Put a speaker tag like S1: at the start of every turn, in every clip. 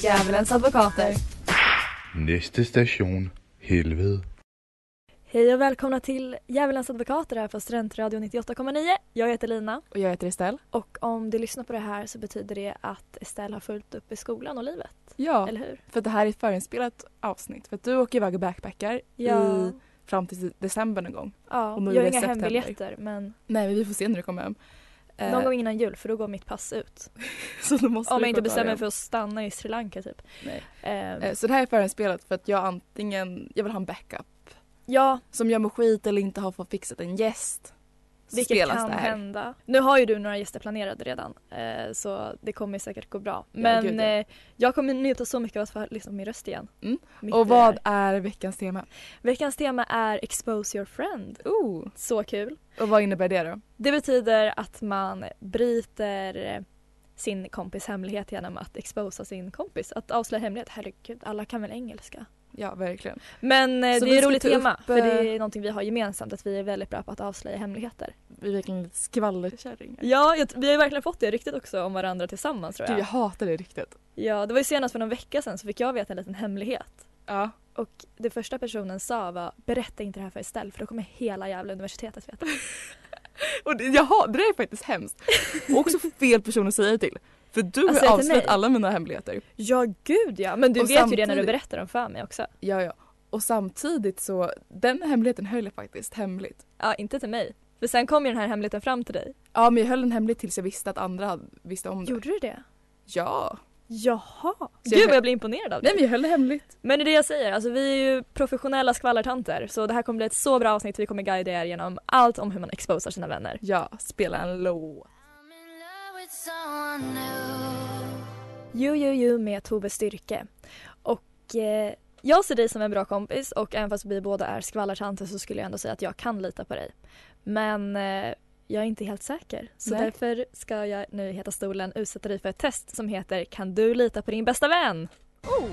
S1: Djävulens advokater.
S2: Næste station, helvede.
S3: Hej och välkomna till Djävulens advokater här på Studentradion 98,9. Jag heter Lina
S4: Och jag heter Estelle.
S3: och om du lyssnar på det här så betyder det att Estelle har fullt upp i skolan och livet,
S4: Ja,
S3: eller hur?
S4: för det här är ett förinspelat avsnitt. För att du åker iväg och backpackar
S3: Ja,
S4: i, fram till december någon gång.
S3: ja. jag
S4: och
S3: har
S4: möjligen
S3: inga
S4: september.
S3: hembiljetter men
S4: Nej, men vi får se när du kommer hem. Eh,
S3: någon gång innan jul för då går mitt pass ut.
S4: så då måste
S3: Om
S4: du
S3: jag inte
S4: korta
S3: bestämmer
S4: av
S3: mig
S4: det.
S3: för att stanna i Sri Lanka typ.
S4: Nej.
S3: Ehm,
S4: Eh, så det här är förinspelat för att jag antingen, jag vill ha en backup
S3: ja,
S4: som gör mig skit eller inte har fått fixat en gäst. Så
S3: vilket
S4: spelas
S3: kan
S4: det här.
S3: hända. Nu har ju du några gäster planerade redan eh, så det kommer säkert gå bra.
S4: Ja,
S3: Men
S4: gud, ja.
S3: eh, jag kommer njuta så mycket av att få lyssna på min röst igen.
S4: Mm.
S3: Mitt i
S4: Och
S3: det
S4: vad
S3: här.
S4: är veckans tema?
S3: Veckans tema är Expose your friend.
S4: Oh.
S3: Så kul.
S4: Och vad innebär det då?
S3: Det betyder att man bryter eh, sin kompis hemlighet genom att exposa sin kompis. Att avslöja hemlighet. Herregud, alla kan väl engelska?
S4: Ja, verkligen.
S3: Men eh,
S4: Så
S3: det
S4: vi
S3: är ett
S4: ska
S3: roligt
S4: ta upp,
S3: tema
S4: eh,
S3: för det är någonting vi har gemensamt att vi är väldigt bra på att avslöja hemligheter.
S4: Vi är verkligen lite skvallerkärringar.
S3: Ja, jag, vi har ju verkligen fått det ryktet också om varandra tillsammans tror
S4: Gud, jag
S3: jag.
S4: hatar det riktigt.
S3: Ja, det var ju senast för någon vecka sedan så fick jag veta en liten hemlighet.
S4: Ja.
S3: Och det första personen sa var berätta inte det här för Estelle för då kommer hela jävla universitetet veta.
S4: Och det, jaha, det där är faktiskt hemskt. Och också fel person att säga det till. För du
S3: Alltså,
S4: har
S3: till
S4: avslöjat
S3: mig?
S4: alla mina hemligheter.
S3: Ja, gud ja! Men du
S4: Och
S3: vet ju det när du
S4: samtidigt-
S3: berättar dem för mig också.
S4: Ja, ja. Och samtidigt så, den hemligheten höll jag faktiskt hemligt.
S3: Ja, inte till mig. För sen kom ju den här hemligheten fram till dig.
S4: Ja, men jag höll den hemligt tills jag visste att andra hade- visste om det.
S3: Gjorde du det?
S4: Ja.
S3: Jaha.
S4: Så
S3: Gud
S4: jag-
S3: vad jag blir imponerad av
S4: Nej,
S3: dig.
S4: men jag höll det hemligt.
S3: Men det är det jag säger, alltså vi är ju professionella skvallertanter så det här kommer bli ett så bra avsnitt. Vi kommer guida er genom allt om hur man exposar sina vänner.
S4: Ja, spela en låt.
S5: I'm in love with someone new.
S3: You, you, you med Tove Styrke. Och eh, jag ser dig som en bra kompis och även fast vi båda är skvallertanter så skulle jag ändå säga att jag kan lita på dig. Men eh, jag är inte helt säker. Så
S4: Nej.
S3: därför ska jag nu i Heta stolen utsätta dig för ett test som heter Kan du lita på din bästa vän?
S4: Oh.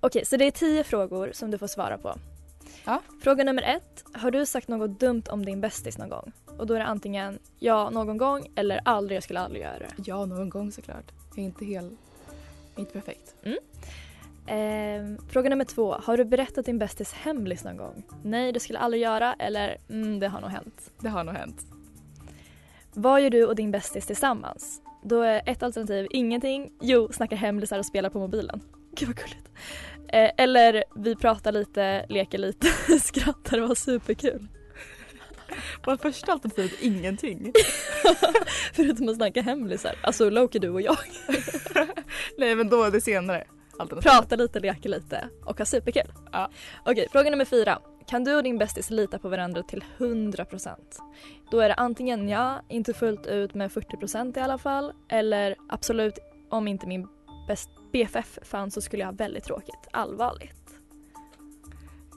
S3: Okej, så det är tio frågor som du får svara på.
S4: Ja.
S3: Fråga nummer ett. Har du sagt något dumt om din bästis någon gång? Och då är det antingen ja, någon gång eller aldrig, jag skulle aldrig göra det.
S4: Ja, någon gång såklart. Jag är inte helt, inte perfekt.
S3: Ehm, fråga nummer två. Har du berättat din bästis hemlis någon gång? Nej, det skulle jag aldrig göra eller mm, det har nog hänt.
S4: Det har nog hänt.
S3: Vad gör du och din bästis tillsammans? Då är ett alternativ ingenting. Jo, snacka hemlisar och spela på mobilen. Gud vad gulligt. Eh, eller vi pratar lite, leker lite, skrattar och har superkul.
S4: Var första alternativet ingenting?
S3: Förutom att snacka hemlisar. Alltså Loki, du och jag.
S4: Nej, men då är det senare. Alternativet.
S3: Prata lite, leka lite och ha superkul.
S4: Ja.
S3: Okej, fråga nummer fyra. Kan du och din bästis lita på varandra till 100%? Då är det antingen ja, inte fullt ut men 40% i alla fall. Eller absolut, om inte min bäst BFF fanns så skulle jag ha väldigt tråkigt. Allvarligt.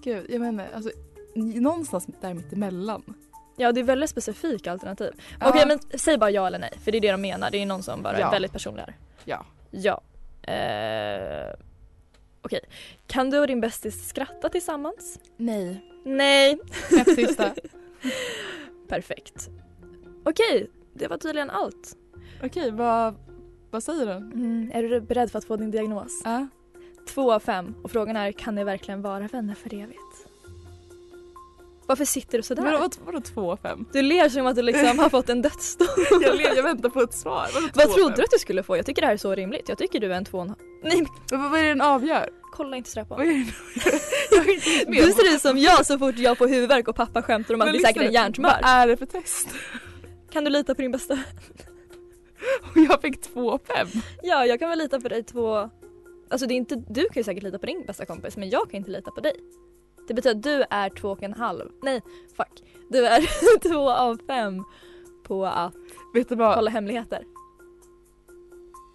S4: Gud, jag menar alltså någonstans där mittemellan.
S3: Ja, det är väldigt specifika alternativ.
S4: Ja.
S3: Okej, men säg bara ja eller nej. För det är det de menar. Det är någon som bara är
S4: Ja.
S3: väldigt personlig här.
S4: Ja.
S3: Ja. Eh, Okej. Kan du och din bästis skratta tillsammans?
S4: Nej.
S3: Nej.
S4: Knäpp sista.
S3: Perfekt. Okej, det var tydligen allt.
S4: Okej, vad, vad säger du?
S3: Mm, är du beredd för att få din diagnos?
S4: Ja.
S3: Två av fem. Och frågan är, kan ni verkligen vara vänner för evigt? Varför sitter du sådär?
S4: Vadå, vad, vadå två av fem?
S3: Du ler som att du liksom har fått en dödsdom.
S4: Jag, le- jag väntar på ett svar. Vadå, två
S3: Vad
S4: av
S3: trodde du
S4: fem?
S3: att du skulle få? Jag tycker det här är så rimligt. Jag tycker du är en två och en halv. Nej, men
S4: Men Vad, vad är det den avgör?
S3: kolla inte sådär på
S4: Vad
S3: mig.
S4: är det den avgör?
S3: Du ser ut som jag så fort jag får huvudvärk och pappa skämtar om att
S4: Men
S3: bli
S4: lyssna
S3: säkert en
S4: nu,
S3: hjärntumör.
S4: Vad är det för test?
S3: Kan du lita på din bästa?
S4: Och jag fick två av fem.
S3: Ja, jag kan väl lita på dig två... Alltså det är inte... du kan ju säkert lita på din bästa kompis men jag kan inte lita på dig. Det betyder att du är två och en halv. Nej, fuck. Du är två av fem på att
S4: Vet du vad?
S3: hålla hemligheter.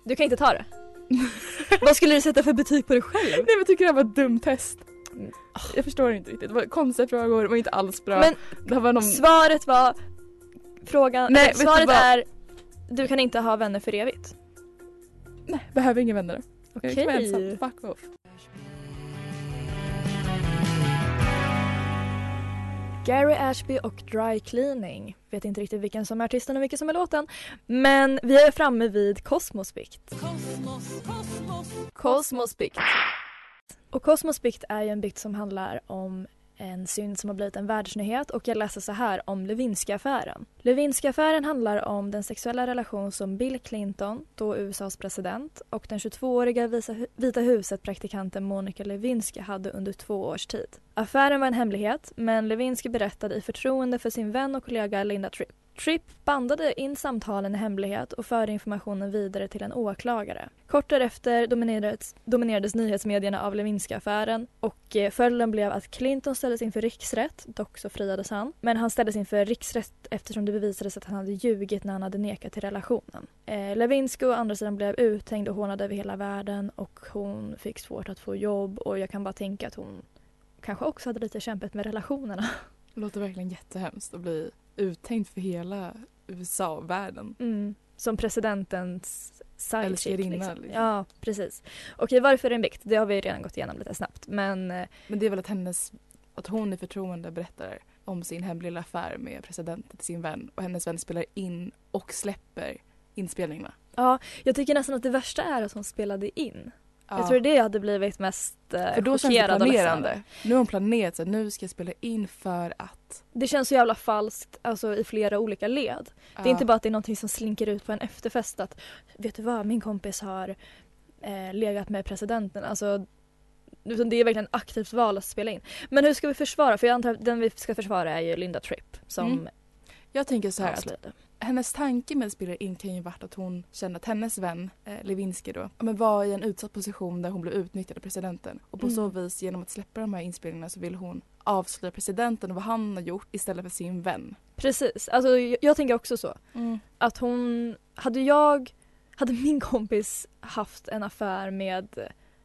S3: Du kan inte ta det. Vad skulle du sätta för betyg på dig själv?
S4: Nej men jag tycker det här var ett dumt test.
S3: Mm.
S4: Jag förstår inte riktigt. Det var konstiga frågor, det var inte alls bra.
S3: Men
S4: det här var någon...
S3: svaret var... Frågan...
S4: Nej,
S3: Nej,
S4: vet du
S3: svaret
S4: vad?
S3: är... Du kan inte ha vänner för evigt.
S4: Nej, behöver inga vänner. Jag kan vara
S3: Okej.
S4: ensam. Fuck off.
S3: Gary Ashby och Dry Cleaning. Vet inte riktigt vilken som är artisten och vilken som är låten. Men vi är framme vid Kosmosbikt. Kosmosbikt. Och Kosmosbikt är ju en bikt som handlar om en synd som har blivit en världsnyhet och jag läser så här om Lewinsky-affären. Lewinsky-affären handlar om den sexuella relation som Bill Clinton, då USAs president, och den 22-åriga visa- Vita huset-praktikanten Monica Lewinsky hade under två års tid. Affären var en hemlighet, men Lewinsky berättade i förtroende för sin vän och kollega Linda Tripp. Tripp bandade in samtalen i hemlighet och förde informationen vidare till en åklagare. Kort därefter dominerades, dominerades nyhetsmedierna av Lewinsky-affären och eh, följden blev att Clinton ställdes inför riksrätt, dock så friades han. Men han ställdes inför riksrätt eftersom det bevisades att han hade ljugit när han hade nekat till relationen. Eh, Lewinsky å andra sidan blev uthängd och hånad över hela världen och hon fick svårt att få jobb och jag kan bara tänka att hon kanske också hade lite kämpat med relationerna.
S4: Det låter verkligen jättehemskt att bli uttänkt för hela USA-världen.
S3: Som presidentens
S4: Eller
S3: sidechick.
S4: Mm. älskarinna,
S3: Liksom.
S4: liksom.
S3: Ja, precis. Okej, varför är det en bikt? Det har vi ju redan gått igenom lite snabbt. Men eh,
S4: Men det är väl att hennes, att hon i förtroende berättar om sin hemliga affär med presidenten till sin vän och hennes vän spelar in och släpper inspelningarna.
S3: ja, jag tycker nästan att det värsta är att hon spelade in.
S4: Ja.
S3: Jag tror det är det jag hade blivit mest eh,
S4: För då känns det
S3: chockerad och ledsen över.
S4: planerande. Nu har hon planerat så här, nu ska jag spela in för att...
S3: Det känns så jävla falskt alltså, i flera olika led. Det är inte bara att det är någonting som slinker ut på en efterfest att vet du vad, min kompis har eh, legat med presidenten. Alltså, utan det är verkligen ett aktivt val att spela in. Men hur ska vi försvara? För jag antar att den vi ska försvara är ju Linda Tripp som
S4: Mm, Jag tänker så här att
S3: avslöjade.
S4: hennes tanke med att spela in kan ju varit att hon kände att hennes vän eh, Lewinsky då, ja, men var i en utsatt position där hon blev utnyttjad av presidenten. Och på
S3: Mm.
S4: så vis genom att släppa de här inspelningarna så vill hon avslöja presidenten och vad han har gjort istället för sin vän.
S3: Precis, alltså, jag, jag tänker också så. Att hon, hade jag, hade min kompis haft en affär med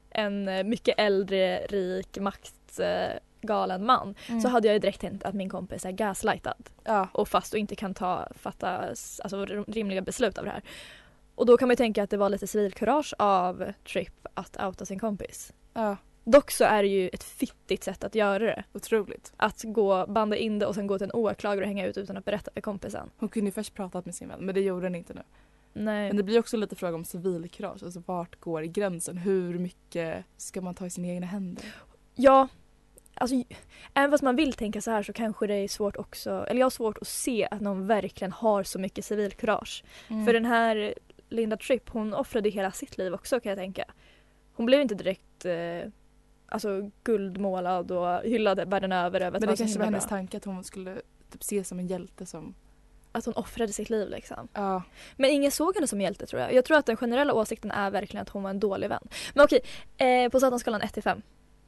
S3: en eh, mycket äldre, rik, maktgalen man
S1: Mm.
S3: så hade jag ju direkt tänkt att min kompis är gaslightad.
S4: Ja,
S3: och fast du inte kan ta, fatta s- alltså, r- rimliga beslut av det här. Och då kan man ju tänka att det var lite civilkurage av Tripp att outa sin kompis.
S4: ja,
S3: Dock så är det ju ett fittigt sätt att göra det.
S4: otroligt.
S3: Att gå, banda in det och sen gå till en åklagare och hänga ut utan att berätta för kompisen.
S4: Hon kunde ju först pratat med sin vän men det gjorde hon inte nu.
S3: Nej.
S4: Men det blir också lite fråga om civilkurage, alltså vart går gränsen? Hur mycket ska man ta i sina egna händer?
S3: Ja, alltså j- även fast man vill tänka så här så kanske det är svårt också, eller jag har svårt att se att någon verkligen har så mycket civilkurage.
S4: Mm.
S3: För den här Linda Tripp hon offrade hela sitt liv också kan jag tänka. Hon blev inte direkt eh, alltså, guldmålad och hyllad världen över över att
S4: men
S3: vara
S4: det
S3: så
S4: kanske
S3: himla
S4: var hennes
S3: bra.
S4: tanke att hon skulle typ ses som en hjälte som...
S3: Att hon offrade sitt liv liksom.
S4: Ja,
S3: Men ingen såg henne som hjälte tror jag. Jag tror att den generella åsikten är verkligen att hon var en dålig vän. Men okej, eh, på Satanskalan 1 till 5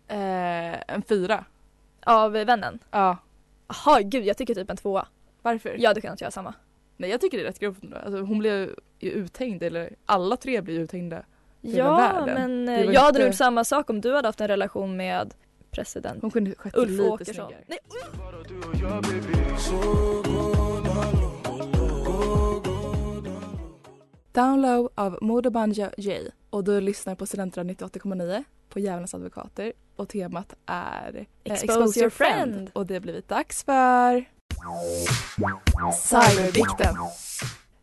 S4: eh, en fyra.
S3: av vännen.
S4: Ja,
S3: Jaha, gud jag tycker typ en tvåa.
S4: varför?
S3: Jag hade kunnat göra samma.
S4: Nej jag tycker det är rätt grovt ändå. Alltså, hon blev ju uthängd, eller alla tre blir uthängda. hela
S3: Ja,
S4: världen.
S3: men
S4: Det
S3: eh,
S4: var
S3: jag hade nog
S4: inte-
S3: gjort samma sak om du hade haft en relation med president
S4: Hon kunde skett
S3: Ulf
S4: lite
S3: Åkesson.
S4: snyggare.
S3: Nej,
S4: Down Low av Modo Banja J och du lyssnar på Studentrad 98,9 på Djävulens advokater och temat är eh,
S3: Expose your friend.
S4: och det har blivit dags för Cyberbikten.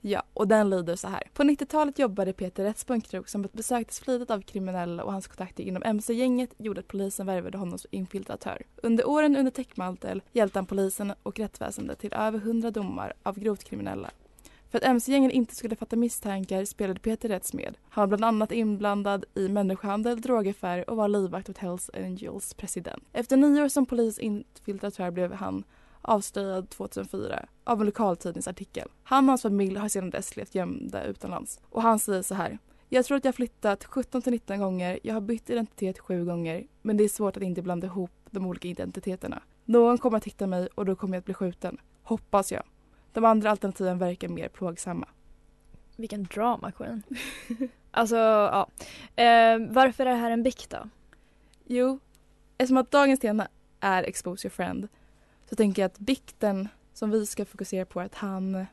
S4: Ja, och den lyder så här. På 90-talet jobbade Peter Rätts på en krog som besöktes flitigt av kriminella och hans kontakter inom mc-gänget gjorde att polisen värvade honom som infiltratör. Under åren under täckmantel hjälpte han polisen och rättsväsendet till över 100 domar av grovt kriminella. För att mc-gängen inte skulle fatta misstankar spelade Peter Rätts med. Han var bland annat inblandad i människohandel, drogaffärer och var livvakt åt Hells Angels president. Efter nio år som polisinfiltratör blev han avslöjad 2004 av en lokaltidningsartikel. Han och hans familj har sedan dess levt gömda utomlands och han säger så här. Jag tror att jag har flyttat 17 till 19 gånger. Jag har bytt identitet sju gånger. Men det är svårt att inte blanda ihop de olika identiteterna. Någon kommer att hitta mig och då kommer jag att bli skjuten. Hoppas jag. De andra alternativen verkar mer plågsamma.
S3: Vilken drama queen. alltså ja. Eh, varför är det här en bikt då?
S4: Jo, eftersom att dagens tema är Expose your friend så tänker jag att bikten som vi ska fokusera på är att han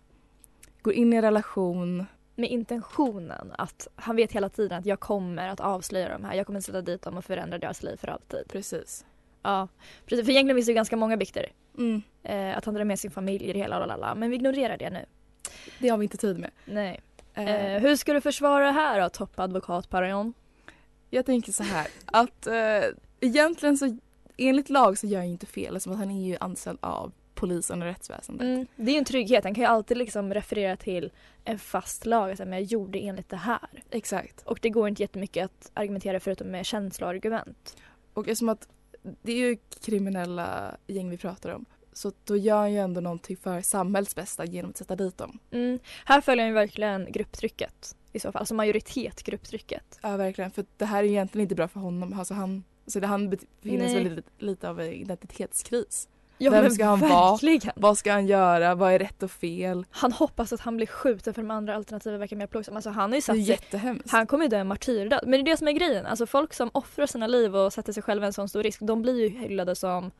S4: går in i en relation.
S3: Med intentionen att han vet hela tiden att jag kommer att avslöja de här. Jag kommer att sätta dit dem och förändra deras liv för alltid.
S4: Precis.
S3: Ja, precis. För egentligen finns det ju ganska många bikter.
S4: Mm,
S3: Eh, att han drar med sin familj i det hela, lalala. men vi ignorerar det nu.
S4: det har vi inte tid med.
S3: Nej.
S4: Eh,
S3: Eh, hur ska du försvara det här då, toppadvokat Paragon?
S4: Jag tänker så här att eh, egentligen så enligt lag så gör jag inte fel eftersom att han är ju anställd av polisen och rättsväsendet.
S3: Mm, det är ju en trygghet, han kan ju alltid liksom referera till en fast lag, alltså, men jag gjorde enligt det här.
S4: Exakt.
S3: Och det går inte jättemycket att argumentera förutom med känsloargument.
S4: Och eftersom att det är ju kriminella gäng vi pratar om så då gör han ju ändå någonting för samhällets bästa genom att sätta dit dem.
S3: Mm, här följer han ju verkligen grupptrycket i så fall, alltså majoritet grupptrycket.
S4: Ja verkligen för det här är egentligen inte bra för honom. Alltså han, alltså det, han befinner sig
S3: Nej.
S4: väl lite, lite av en identitetskris.
S3: Ja,
S4: Vem
S3: men
S4: ska han vara?
S3: verkligen.
S4: Vad ska han göra? Vad är rätt och fel?
S3: Han hoppas att han blir skjuten för de andra alternativen verkar mer plågsamma. Alltså han har ju
S4: Det
S3: satt
S4: är
S3: sig
S4: jättehemskt.
S3: Han kommer ju dö en martyrdöd. Men det är det som är grejen. Alltså folk som offrar sina liv och sätter sig själva i en sån stor risk, de blir ju hyllade som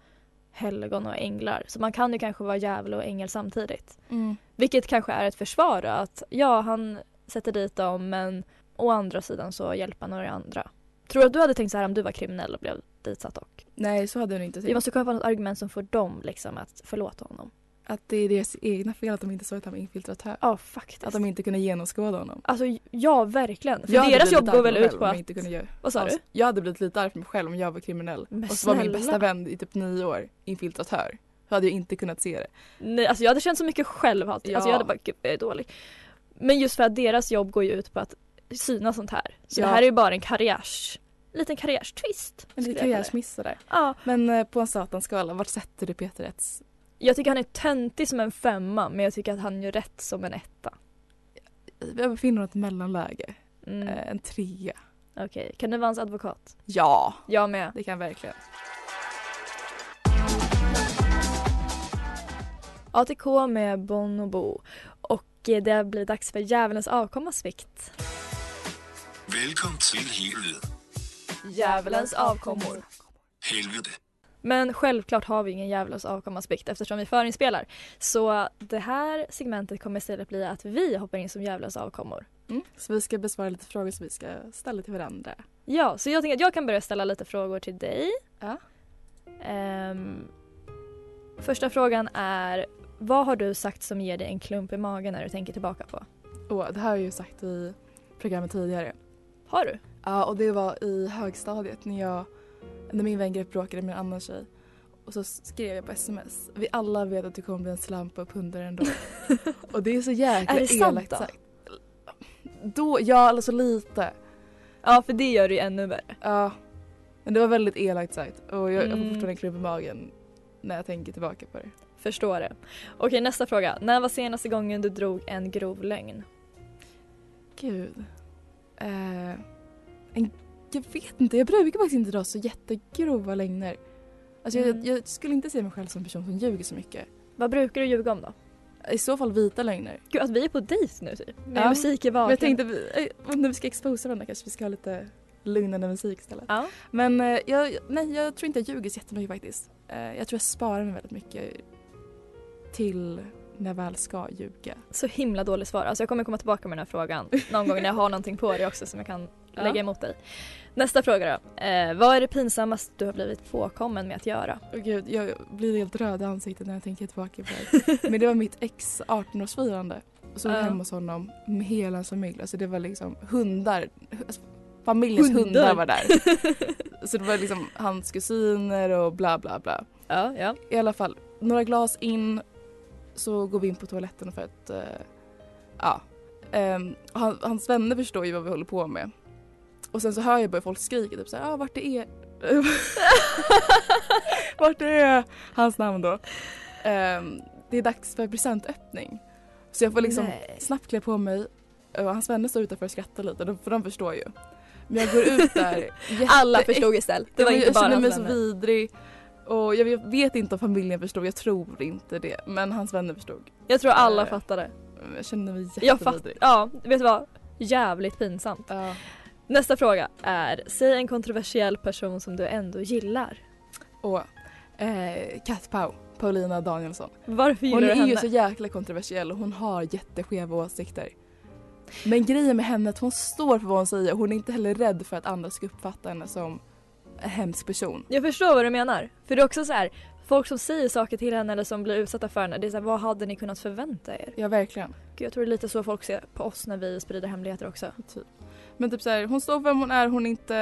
S3: helgon och änglar. Så man kan ju kanske vara djävul och ängel samtidigt.
S4: Mm.
S3: Vilket kanske är ett försvar då, att ja, han sätter dit dem men å andra sidan så hjälper han några andra. Tror du att du hade tänkt så här om du var kriminell och blev ditsatt och?
S4: Nej så hade han inte
S3: Det
S4: tänkt.
S3: måste kunna vara något argument som får dem liksom att förlåta honom.
S4: Att det är deras egna fel att de inte såg att han var infiltratör.
S3: Ja, faktiskt.
S4: Att de inte kunde genomskåda honom.
S3: Alltså ja, verkligen. För
S4: Jag hade
S3: deras
S4: blivit
S3: jobb går
S4: arg
S3: väl
S4: mig
S3: ut
S4: själv
S3: på
S4: om jag
S3: att...
S4: Inte kunde Alltså- göra.
S3: Vad sa du?
S4: Jag hade blivit lite arg på mig själv om jag var kriminell.
S3: Men
S4: och så var min
S3: snälla.
S4: bästa vän i typ nio år infiltratör. Då hade jag inte kunnat se det.
S3: Nej, alltså jag hade känt så mycket självhat.
S4: Ja.
S3: Alltså jag hade bara, gud jag är dålig. Men just för att deras jobb går ju ut på att syna sånt här. Så
S4: Ja.
S3: det här är ju bara en karriärs... Liten karriärstvist.
S4: En
S3: skulle
S4: liten
S3: jag kalla det.
S4: karriärsmiss sådär.
S3: Ja,
S4: Men eh, på en satanskala, vart sätter du Peter Rätts?
S3: jag tycker han är töntig som en femma men jag tycker att han gör rätt som en etta.
S4: Jag befinner oss i ett mellanläge.
S3: Mm.
S4: Eh, En trea.
S3: Okej, kan du vara hans advokat?
S4: Ja,
S3: Jag med.
S4: det kan jag verkligen.
S3: ATK med Bonobo. Och eh, det blir dags för Djävulens avkommas vikt.
S6: Velkommen til helvede.
S3: Djävulens avkommor.
S6: Helvede.
S3: Men självklart har vi ingen djävulens avkommaspikt eftersom vi förinspelar. Så det här segmentet kommer istället bli att vi hoppar in som djävulens avkommor.
S4: Mm. Så vi ska besvara lite frågor som vi ska ställa till varandra.
S3: Ja, så jag tänker att jag kan börja ställa lite frågor till dig.
S4: Ja.
S3: Ehm, första frågan är, vad har du sagt som ger dig en klump i magen när du tänker tillbaka på?
S4: Och det här har jag ju sagt i programmet tidigare.
S3: Har du?
S4: Ja, och det var i högstadiet när jag, när min vängrepp bråkade med en annan tjej. Och så skrev jag på sms. Vi alla vet att du kommer bli en slampa upp hundra ändå. och det är så jäkla
S3: Är det sant
S4: elakt
S3: då?
S4: sagt. Då, ja alltså lite.
S3: Ja, för det gör det ju ännu värre.
S4: Ja. Men det var väldigt elakt sagt och jag, jag får
S3: Mm.
S4: fortfarande en klump i magen när jag tänker tillbaka på det.
S3: Förstår det. Okej, nästa fråga. När var senaste gången du drog en grov lögn?
S4: Gud. Eh, en, jag vet inte, jag brukar faktiskt inte dra så jättegrova lögner. Alltså
S3: Mm.
S4: jag, jag skulle inte se mig själv som en person som ljuger så mycket.
S3: Vad brukar du ljuga om då?
S4: I så fall vita lögner.
S3: Gud, att vi är på dejt nu typ. Med
S4: Ja.
S3: musik i
S4: Men
S3: bakgrunden.
S4: jag tänkte, vi- eh, när vi ska exposa varandra kanske vi ska ha lite lugnande musik istället.
S3: Ja.
S4: Men eh, jag, nej, jag tror inte jag ljuger så jättemycket faktiskt. Eh, jag tror jag sparar mig väldigt mycket till när jag väl ska ljuga.
S3: Så himla dåligt svar. Alltså jag kommer komma tillbaka med den här frågan någon gång när jag har någonting på dig också som jag kan
S4: Ja.
S3: lägga emot dig. Nästa fråga då. Eh, vad är det pinsammaste du har blivit påkommen med att göra?
S4: Åh gud, jag blir helt röd i ansiktet när jag tänker tillbaka på det. Men det var mitt ex 18-årsfirande. Och så var jag
S3: Ja.
S4: hemma hos honom med hela hans familj. Alltså det var liksom hundar. Alltså, familjens hundar.
S3: Hundar.
S4: var där. så det var liksom hans kusiner och bla bla bla.
S3: Ja, ja.
S4: I alla fall, några glas in så går vi in på toaletten för att eh, ja. Ehm, han, hans vänner förstår ju vad vi håller på med. Och sen så hör jag bara folk skrika typ såhär, ah, vart det är Vart är hans namn då? Ehm, det är dags för presentöppning. Så jag får liksom
S3: Nej.
S4: snabbt klä på mig och hans vänner står utanför och skrattar lite de- för de förstår ju. Men jag går ut där
S3: Alla
S4: jätteäck-
S3: förstod istället. Det var
S4: Ja, men
S3: inte bara
S4: Jag
S3: hans
S4: känner mig så
S3: vänner.
S4: vidrig. Och jag vet inte om familjen förstod, jag tror inte det. Men hans vänner förstod.
S3: Jag tror alla
S4: Eh,
S3: fattade.
S4: Jag kände mig
S3: Jag fattar.
S4: jättevidrig.
S3: Ja, vet du vad? Jävligt pinsamt.
S4: Ja.
S3: Nästa fråga är, säg en kontroversiell person som du ändå gillar.
S4: Och eh, Kat Pau, Paulina Danielsson.
S3: Varför gillar
S4: Hon
S3: du
S4: är
S3: henne?
S4: ju så jäkla kontroversiell och hon har jätteskeva åsikter. Men grejen med henne är att hon står för vad hon säger. Hon är inte heller rädd för att andra ska uppfatta henne som en hemsk person.
S3: Jag förstår vad du menar. För det är också så här, folk som säger saker till henne eller som blir utsatta för henne, det är så här, vad hade ni kunnat förvänta er?
S4: Ja, verkligen.
S3: Gud, jag tror det är lite så folk ser på oss när vi sprider hemligheter också.
S4: Typ. Men typ så här, hon står för vem hon är. Hon är inte...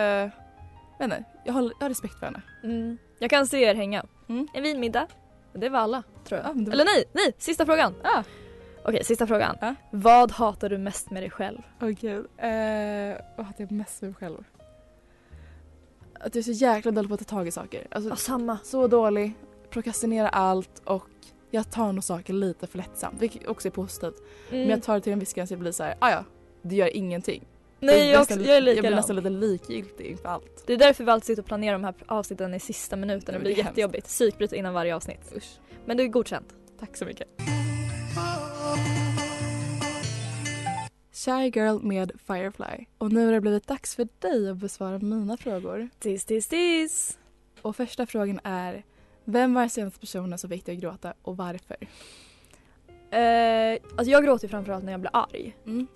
S4: Jag vet inte, jag har, jag har respekt för henne.
S3: Mm. Jag kan se er hänga.
S4: Mm.
S3: En vinmiddag. Det var alla, tror jag.
S4: Ja, men det var-
S3: Eller nej, nej, sista frågan.
S4: Ja.
S3: Okej, sista frågan.
S4: Ja.
S3: Vad hatar du mest med dig själv?
S4: Åh gud. Eh, vad hatar jag mest med mig själv? Att jag är så jäkla dålig på att ta tag i saker. Alltså,
S3: Ja, samma.
S4: Så dålig, prokrastinerar allt och jag tar nog saker lite för lättsamt. Vilket också är positivt.
S3: Mm.
S4: Men jag tar det till en viss gräns och blir så här, "Ah, ja, det gör ingenting.
S3: nej, jag,
S4: blir
S3: också,
S4: nästan
S3: jag är
S4: lite- Jag blir
S3: likadan.
S4: nästan lite likgiltig inför allt.
S3: Det är därför vi alltid sitter och planerar de här avsnitten i sista minuten. Det
S4: men
S3: blir
S4: det är hemskt.
S3: jättejobbigt. Psykbryt innan varje avsnitt.
S4: Usch.
S3: Men det är godkänt.
S4: Tack så mycket. Shy Girl med Firefly. Och nu har det blivit dags för dig att besvara mina frågor.
S3: Tis, tis, tis.
S4: Och första frågan är vem var den senaste personen som fick dig att gråta och varför?
S3: Eh, alltså jag gråter ju framförallt när jag blir arg.
S4: Mm.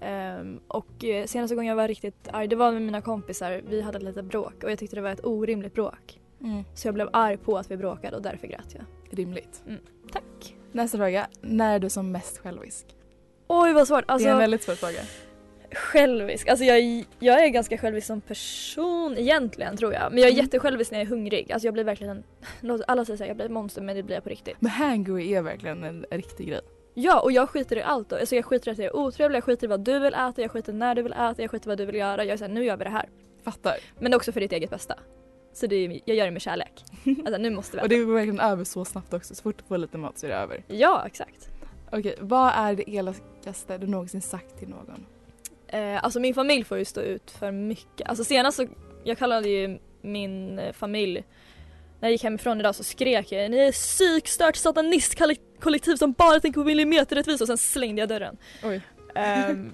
S3: Ehm, och eh, senaste gången jag var riktigt arg, det var med mina kompisar. Vi hade lite bråk och jag tyckte det var ett orimligt bråk. Så jag blev arg på att vi bråkade och därför grät jag.
S4: Mm, Rimligt.
S3: Tack.
S4: Nästa fråga. När är du som mest självisk?
S3: Oj vad svårt. Alltså,
S4: det är en väldigt svår fråga.
S3: Självisk. Alltså jag, jag är ganska självisk som person egentligen tror jag. Men jag är
S4: Mm.
S3: jättesjälvisk när jag är hungrig. Alltså jag blir verkligen, låt- alla säger såhär jag blir ett monster men det blir jag på riktigt.
S4: Men hangry är verkligen en riktig grej.
S3: Ja och jag skiter i allt då. Alltså jag skiter i att jag är otrevlig, jag skiter i vad du vill äta, jag skiter i när du vill äta, jag skiter i vad du vill göra. Jag är såhär nu gör vi det här.
S4: Fattar.
S3: Men också för ditt eget bästa. Så det är, jag gör det med kärlek. Alltså nu måste vi
S4: Och
S3: äta.
S4: det går verkligen över så snabbt också. Så fort du får lite mat så är det över.
S3: Ja exakt.
S4: Okej, vad är det elakaste du någonsin sagt till någon?
S3: Eh, alltså min familj får ju stå ut för mycket. Alltså senast så, jag kallade ju min eh, familj när jag gick hemifrån idag så skrek jag ni är ett psykstört satanistkollektiv som bara tänker på millimeterrättvisa och sen slängde jag dörren.
S4: Oj.
S3: Ehm,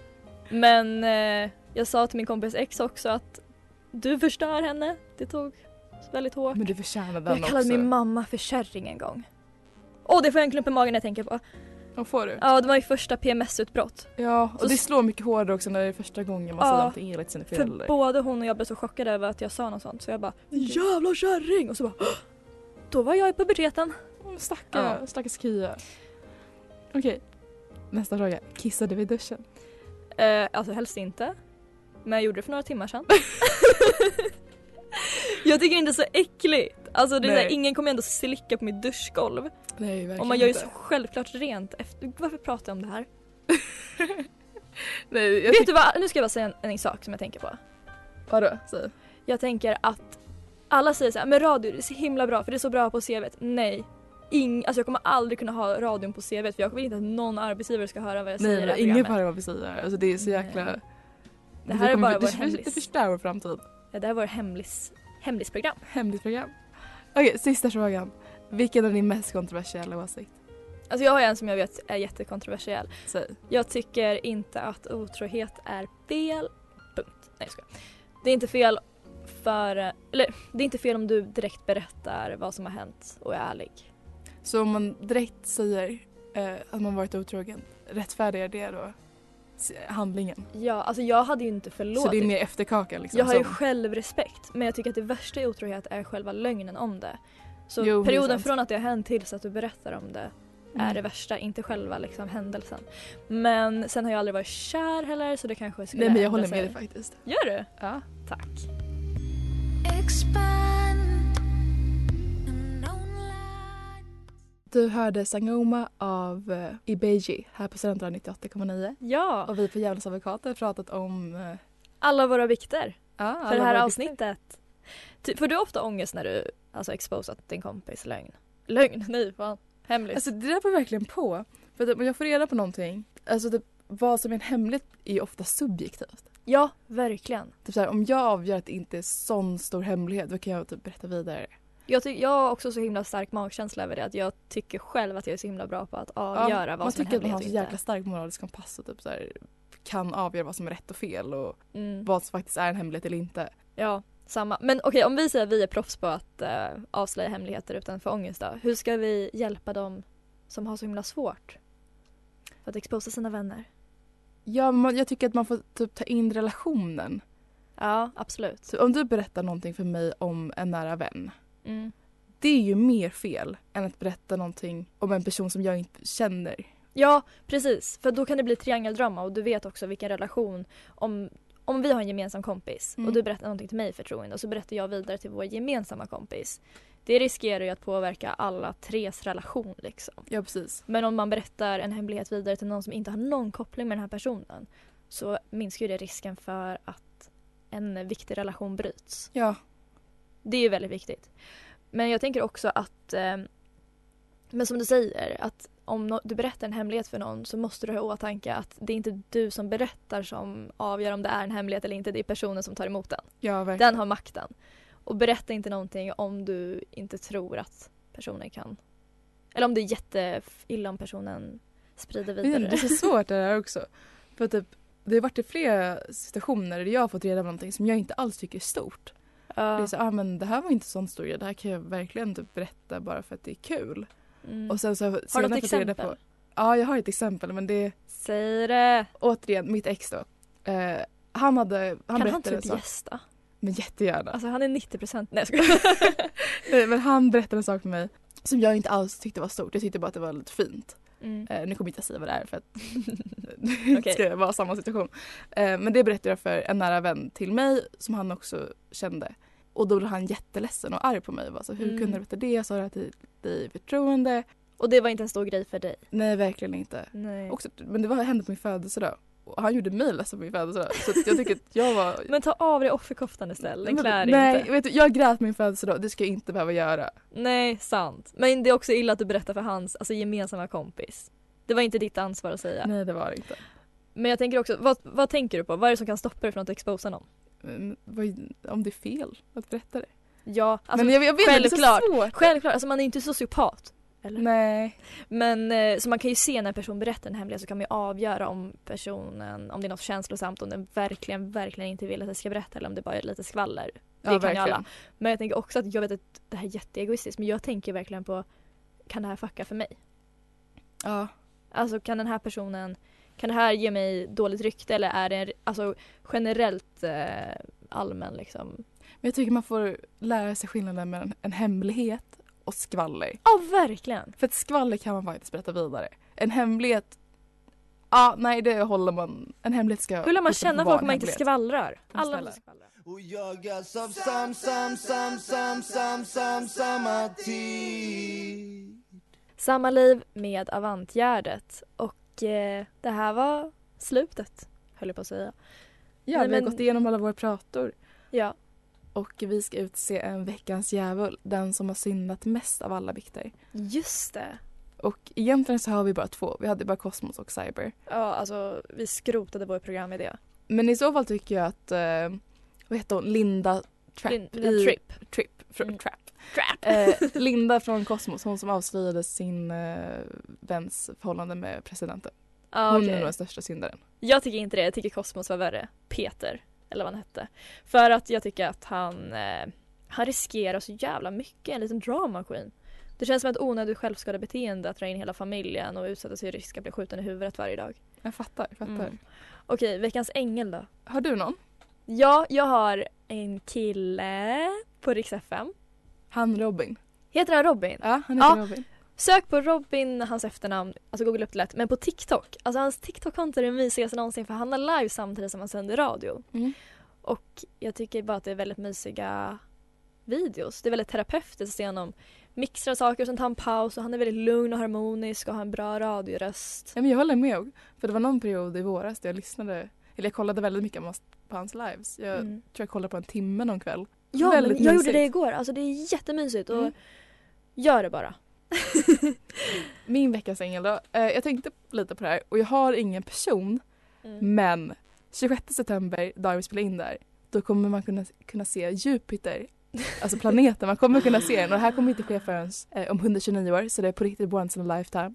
S3: men eh, jag sa till min kompis ex också att du förstör henne. Det tog väldigt hårt.
S4: Men du förtjänar den
S3: Jag kallade
S4: också.
S3: min mamma för kärring en gång. Åh det får jag en klump i magen när jag tänker på.
S4: Vad får du?
S3: Ja det var ju första PMS-utbrott.
S4: Ja, och
S3: Så
S4: det
S3: s-
S4: slår mycket hårdare också när det är första gången man
S3: Ja,
S4: säger någonting elakt till sina
S3: För
S4: föräldrar.
S3: både hon och jag blev så chockade över att jag sa något sånt så jag bara
S4: Typ.
S3: Jävla kärring! Och så bara "Åh!" Då var jag i puberteten.
S4: Åh, Mm, Stackare,
S3: Ja.
S4: stackars Kia. Okej, nästa fråga. Kissade vi i duschen?
S3: Eh, alltså helst inte. Men jag gjorde det för några timmar sedan. jag tycker inte det är så äckligt. Alltså det är
S4: Nej.
S3: så här, ingen kommer ändå slicka på mitt duschgolv.
S4: Nej, verkligen
S3: och man gör ju så självklart rent efter. Varför pratar jag om det här?
S4: Nej, jag
S3: Vet du vad, nu ska jag bara säga en, en sak som jag tänker på.
S4: Vadå? Säg.
S3: Jag tänker att alla säger så här, men radio det är så himla bra för det är så bra på CVt. Nej. Ing, alltså jag kommer aldrig kunna ha radion på CVt för jag vill inte att någon arbetsgivare ska höra vad jag säger i det
S4: Nej, men
S3: här
S4: ingen
S3: programmet.
S4: får höra vad vi säger. Alltså det är så
S3: Nej.
S4: jäkla...
S3: Det här är
S4: kommer-
S3: bara vår
S4: det, det, det
S3: hemlis.
S4: förstör vår framtid.
S3: Ja, det här var hemlis, hemlisprogram.
S4: Hemligt program. Okej, sista frågan. Vilken är din mest kontroversiella åsikt?
S3: Alltså jag har en som jag vet är jättekontroversiell.
S4: Säg.
S3: Jag tycker inte att otrohet är fel. Punkt. Nej jag skojar. Det är inte fel för, eller det är inte fel om du direkt berättar vad som har hänt och är ärlig.
S4: Så om man direkt säger eh, att man varit otrogen, rättfärdigar det då s- handlingen?
S3: Ja, alltså jag hade ju inte förlåtit.
S4: Så det är mer efterkaka liksom?
S3: jag har ju
S4: som-
S3: självrespekt men jag tycker att det värsta i otrohet är själva lögnen om det. Så
S4: Jo, det är
S3: perioden
S4: sant.
S3: från att det har hänt tills att du berättar om det är
S4: Mm.
S3: det värsta, inte själva liksom, händelsen. Men sen har jag aldrig varit kär heller så det kanske skulle
S4: Nej men jag
S3: ändra
S4: håller med
S3: sig.
S4: dig faktiskt.
S3: Gör du?
S4: Ja.
S3: Tack.
S5: Expand and online.
S4: Du hörde Sangoma av eh, Ibeji här på Studentrad 98,9.
S3: Ja,
S4: Och vi på Djävulens advokat har pratat om... eh,
S3: alla våra vikter
S4: Ja,
S3: för
S4: alla
S3: det här
S4: våra-
S3: avsnittet. Ty, får du ofta ångest när du alltså exposat din kompis lögn? Lögn? Nej, fan. Hemligt.
S4: Alltså det där beror verkligen på. För att om jag får reda på någonting, alltså typ, vad som är en hemlighet är ju ofta subjektivt.
S3: Ja, verkligen.
S4: Typ så här, om jag avgör att det inte är sån stor hemlighet då kan jag typ berätta vidare.
S3: Jag, ty- jag har också så himla stark magkänsla över det att jag tycker själv att jag är så himla bra på att avgöra vad
S4: man
S3: som är
S4: tycker att
S3: hemlighet
S4: man har
S3: och
S4: så
S3: inte.
S4: jäkla stark moralisk kompass och typ så här, kan avgöra vad som är rätt och fel och
S3: mm.
S4: vad som faktiskt är en hemlighet eller inte.
S3: Ja, samma. Men okej, om vi säger att vi är proffs på att eh, avslöja hemligheter utanför ångest då. Hur ska vi hjälpa dem som har så himla svårt för att exposa sina vänner?
S4: Ja, man, jag tycker att man får typ ta in relationen.
S3: Ja, absolut.
S4: Så om du berättar någonting för mig om en nära vän.
S3: Mm.
S4: Det är ju mer fel än att berätta någonting om en person som jag inte känner.
S3: Ja, precis. För då kan det bli triangeldrama och du vet också vilken relation om om vi har en gemensam kompis
S4: Mm.
S3: och du berättar någonting till mig förtroende och så berättar jag vidare till vår gemensamma kompis. Det riskerar ju att påverka alla tres relation liksom.
S4: Ja, precis.
S3: Men om man berättar en hemlighet vidare till någon som inte har någon koppling med den här personen så minskar ju det risken för att en viktig relation bryts.
S4: Ja,
S3: Det är ju väldigt viktigt. Men jag tänker också att, eh, men som du säger, att om nå- du berättar en hemlighet för någon så måste du ha i åtanke att det är inte du som berättar som avgör om det är en hemlighet eller inte, det är personen som tar emot den.
S4: ja verkligen.
S3: Den har makten. Och berätta inte någonting om du inte tror att personen kan. Eller om det är jätteilla om personen sprider
S4: Jag vet inte,
S3: vidare.
S4: det är så svårt det här också. För typ, det har varit i flera situationer där jag har fått reda på någonting som jag inte alls tycker är stort. Det är
S3: Ja.
S4: så, ah, men det här var inte sån stor grej, det här kan jag verkligen typ berätta bara för att det är kul.
S3: Mm.
S4: Och sen så har
S3: Har du
S4: senare
S3: något
S4: fått reda på-
S3: exempel?
S4: Ja, jag har ett exempel men det är
S3: Säg det.
S4: återigen mitt ex då. Eh, han hade, han
S3: kan
S4: berättade
S3: han typ
S4: en sak.
S3: gästa?
S4: Men jättegärna.
S3: Alltså han är 90 procent. Nej jag skojar.
S4: Nej, men han berättade en sak för mig som jag inte alls tyckte var stort. Jag tyckte bara att det var lite fint.
S3: mm.
S4: Eh, nu kommer jag inte att säga vad det är för att det
S3: Okej.
S4: ska vara samma situation. Eh, men det berättade jag för en nära vän till mig som han också kände. Och då blev han jätteledsen och arg på mig. Bara, så, hur
S3: Mm.
S4: kunde du berätta det? Jag sa det här till dig i förtroende.
S3: Och det var inte en stor grej för dig?
S4: Nej, verkligen inte.
S3: Nej.
S4: Också, men det var, hände på min födelsedag. Och han gjorde mig ledsen på min födelsedag. Så att jag tycker att jag var...
S3: Men ta av dig offerkoftan istället, den
S4: Men-
S3: klär dig
S4: nej,
S3: inte.
S4: vet du, jag grät på min födelsedag. Det ska jag inte behöva göra.
S3: Nej, sant. Men det är också illa att du berättar för hans alltså, gemensamma kompis. Det var inte ditt ansvar att säga.
S4: Nej, det var det inte.
S3: Men jag tänker också, vad, vad tänker du på? Vad är det som kan stoppa dig från att exposa någon?
S4: Men vad- om det är fel att berätta det.
S3: Ja, alltså,
S4: men jag, jag vet inte,
S3: självklart.
S4: det är så svårt.
S3: självklart, alltså man är ju inte sociopat. Eller?
S4: Nej.
S3: Men eh, så man kan ju se när en person berättar en hemlighet så kan man ju avgöra om personen, om det är något känslosamt, om den verkligen, verkligen inte vill att jag ska berätta eller om det bara är lite skvaller. Det kan ju
S4: verkligen.
S3: alla. Men jag tänker också att jag vet att det här är jätteegoistiskt men jag tänker verkligen på kan det här fucka för mig?
S4: Ja.
S3: Alltså kan den här personen, kan det här ge mig dåligt rykte eller är det en, alltså, generellt eh, allmän liksom?
S4: Men jag tycker man får lära sig skillnaden mellan en hemlighet och skvaller.
S3: Ja verkligen!
S4: För ett skvaller kan man faktiskt berätta vidare. En hemlighet, ja nej det håller man, en hemlighet ska
S3: Hur lär man
S4: fortsätta
S3: känna
S4: vara
S3: folk om
S4: en
S3: man inte
S4: hemlighet.
S3: skvallrar?
S4: Men
S3: Alla
S4: snälla.
S3: måste skvallra.
S7: Och jag är sam, sam, sam, sam, sam, sam, sam, samma tid
S3: Samma liv med Avantgärdet. Och eh, det här var slutet, höll jag på att säga.
S4: Ja,
S3: Nej,
S4: vi har
S3: men-
S4: gått igenom alla våra prator.
S3: Ja,
S4: Och vi ska utse en veckans djävul, den som har syndat mest av alla bikter.
S3: just det.
S4: Och egentligen så har vi bara två, vi hade bara Cosmos och Cyber.
S3: Ja, alltså vi skrotade vår programidé.
S4: Men i så fall tycker jag att, eh, vad heter hon, Linda Trapp.
S3: Lin-
S4: i-
S3: Trip.
S4: Tripp, fr-
S3: Mm.
S4: Trapp.
S3: Trap.
S4: Eh, Linda från Kosmos, hon som avslöjade sin eh, väns förhållande med presidenten.
S3: Ja,
S4: Hon
S3: okej.
S4: är nog den största syndaren.
S3: Jag tycker inte det. Jag tycker Cosmos var värre. Peter, eller vad han hette. För att jag tycker att han, eh, han riskerar så jävla mycket. En liten drama queen. Det känns som ett onödigt självskadebeteende att dra in hela familjen och utsätta sig för risk att bli skjuten i huvudet varje dag.
S4: Jag fattar, jag fattar.
S3: Mm. Okej, veckans ängel då?
S4: Har du någon?
S3: Ja, jag har en kille på Rix FM.
S4: Han Robin.
S3: Heter han Robin?
S4: Ja, han
S3: Ja.
S4: heter Robin.
S3: Sök på Robin, hans efternamn, alltså googla upp det lätt, men på TikTok. Alltså hans TikTok-konto är den mysigaste någonsin för han har live samtidigt som han sänder radio.
S4: Mm.
S3: Och jag tycker bara att det är väldigt mysiga videos. Det är väldigt terapeutiskt att se honom mixtra saker och sen tar han paus och han är väldigt lugn och harmonisk och har en bra radioröst.
S4: Ja, men jag håller med. För det var någon period i våras där jag lyssnade, eller jag kollade väldigt mycket på hans lives. Jag
S3: Mm.
S4: tror jag kollade på en timme någon kväll.
S3: Ja, men
S4: Väldigt
S3: jag gjorde
S4: mysigt.
S3: det igår. Alltså det är jättemysigt och
S4: Mm.
S3: gör det bara.
S4: Min veckans ängel då. Eh, jag tänkte lite på det här och jag har ingen person
S3: Mm.
S4: men 26 september, dagen vi spelar in där, då kommer man kunna, kunna se Jupiter. Alltså planeten, man kommer kunna se den och det här kommer inte ske förrän eh, om 129 år så det är på riktigt once in a lifetime.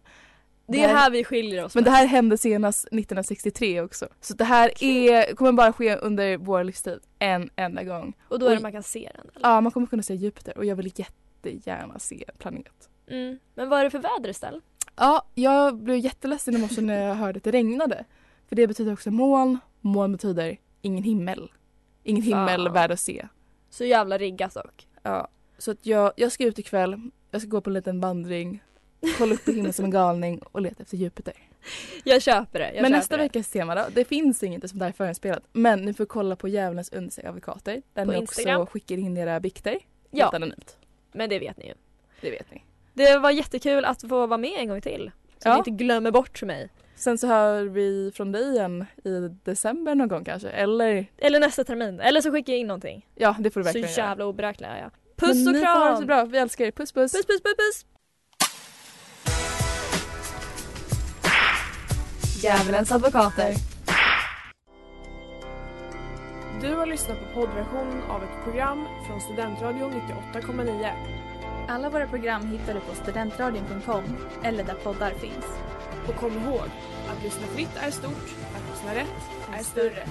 S3: Det är här vi skiljer oss.
S4: Men
S3: med.
S4: det här hände senast 1963 också. Så det här är, kommer bara ske under vår livstid en enda gång.
S3: och då är det
S4: Oj.
S3: man kan se den. Eller?
S4: Ja, man kommer kunna se Jupiter och jag vill jättegärna se en planet.
S3: Mm. Men vad är det för väder istället?
S4: Ja, jag blev jätteledsen i morse när jag hörde att det regnade. För det betyder också moln. Moln betyder ingen himmel. Ingen
S3: Fan.
S4: himmel värd att se.
S3: Så jävla riggat dock.
S4: Ja, så att jag, jag ska ut ikväll. Jag ska gå på en liten vandring. Kolla upp i himlen som en galning och leta efter Jupiter.
S3: Jag köper det. Jag
S4: men
S3: köper
S4: nästa
S3: det.
S4: veckas tema då. Det finns inget som det här är förinspelat. Men ni får kolla på Djävulens under sig advokater. Där
S3: På
S4: ni
S3: Instagram.
S4: också skickar in era bikter.
S3: Ja.
S4: Helt anonymt.
S3: Men det vet ni ju.
S4: Det vet ni.
S3: Det var jättekul att få vara med en gång till. Så
S4: Ja.
S3: ni inte glömmer bort mig.
S4: Sen så hör vi från dig igen i december någon gång kanske. Eller
S3: Eller nästa termin. Eller så skickar jag in någonting.
S4: ja, det får
S3: Så
S4: du verkligen göra.
S3: jävla oberäknelig är jag. Puss
S4: Men
S3: och
S4: ni får ha det
S3: kram!
S4: så bra. Vi älskar er. puss.
S3: Puss puss puss puss!
S4: Djävulens advokater.
S8: Du har lyssnat på poddversionen av ett program från Studentradion 98,9.
S1: Alla våra program hittar du på studentradion.com eller där poddar finns.
S8: Och kom ihåg, att lyssna fritt är stort, att lyssna rätt är större.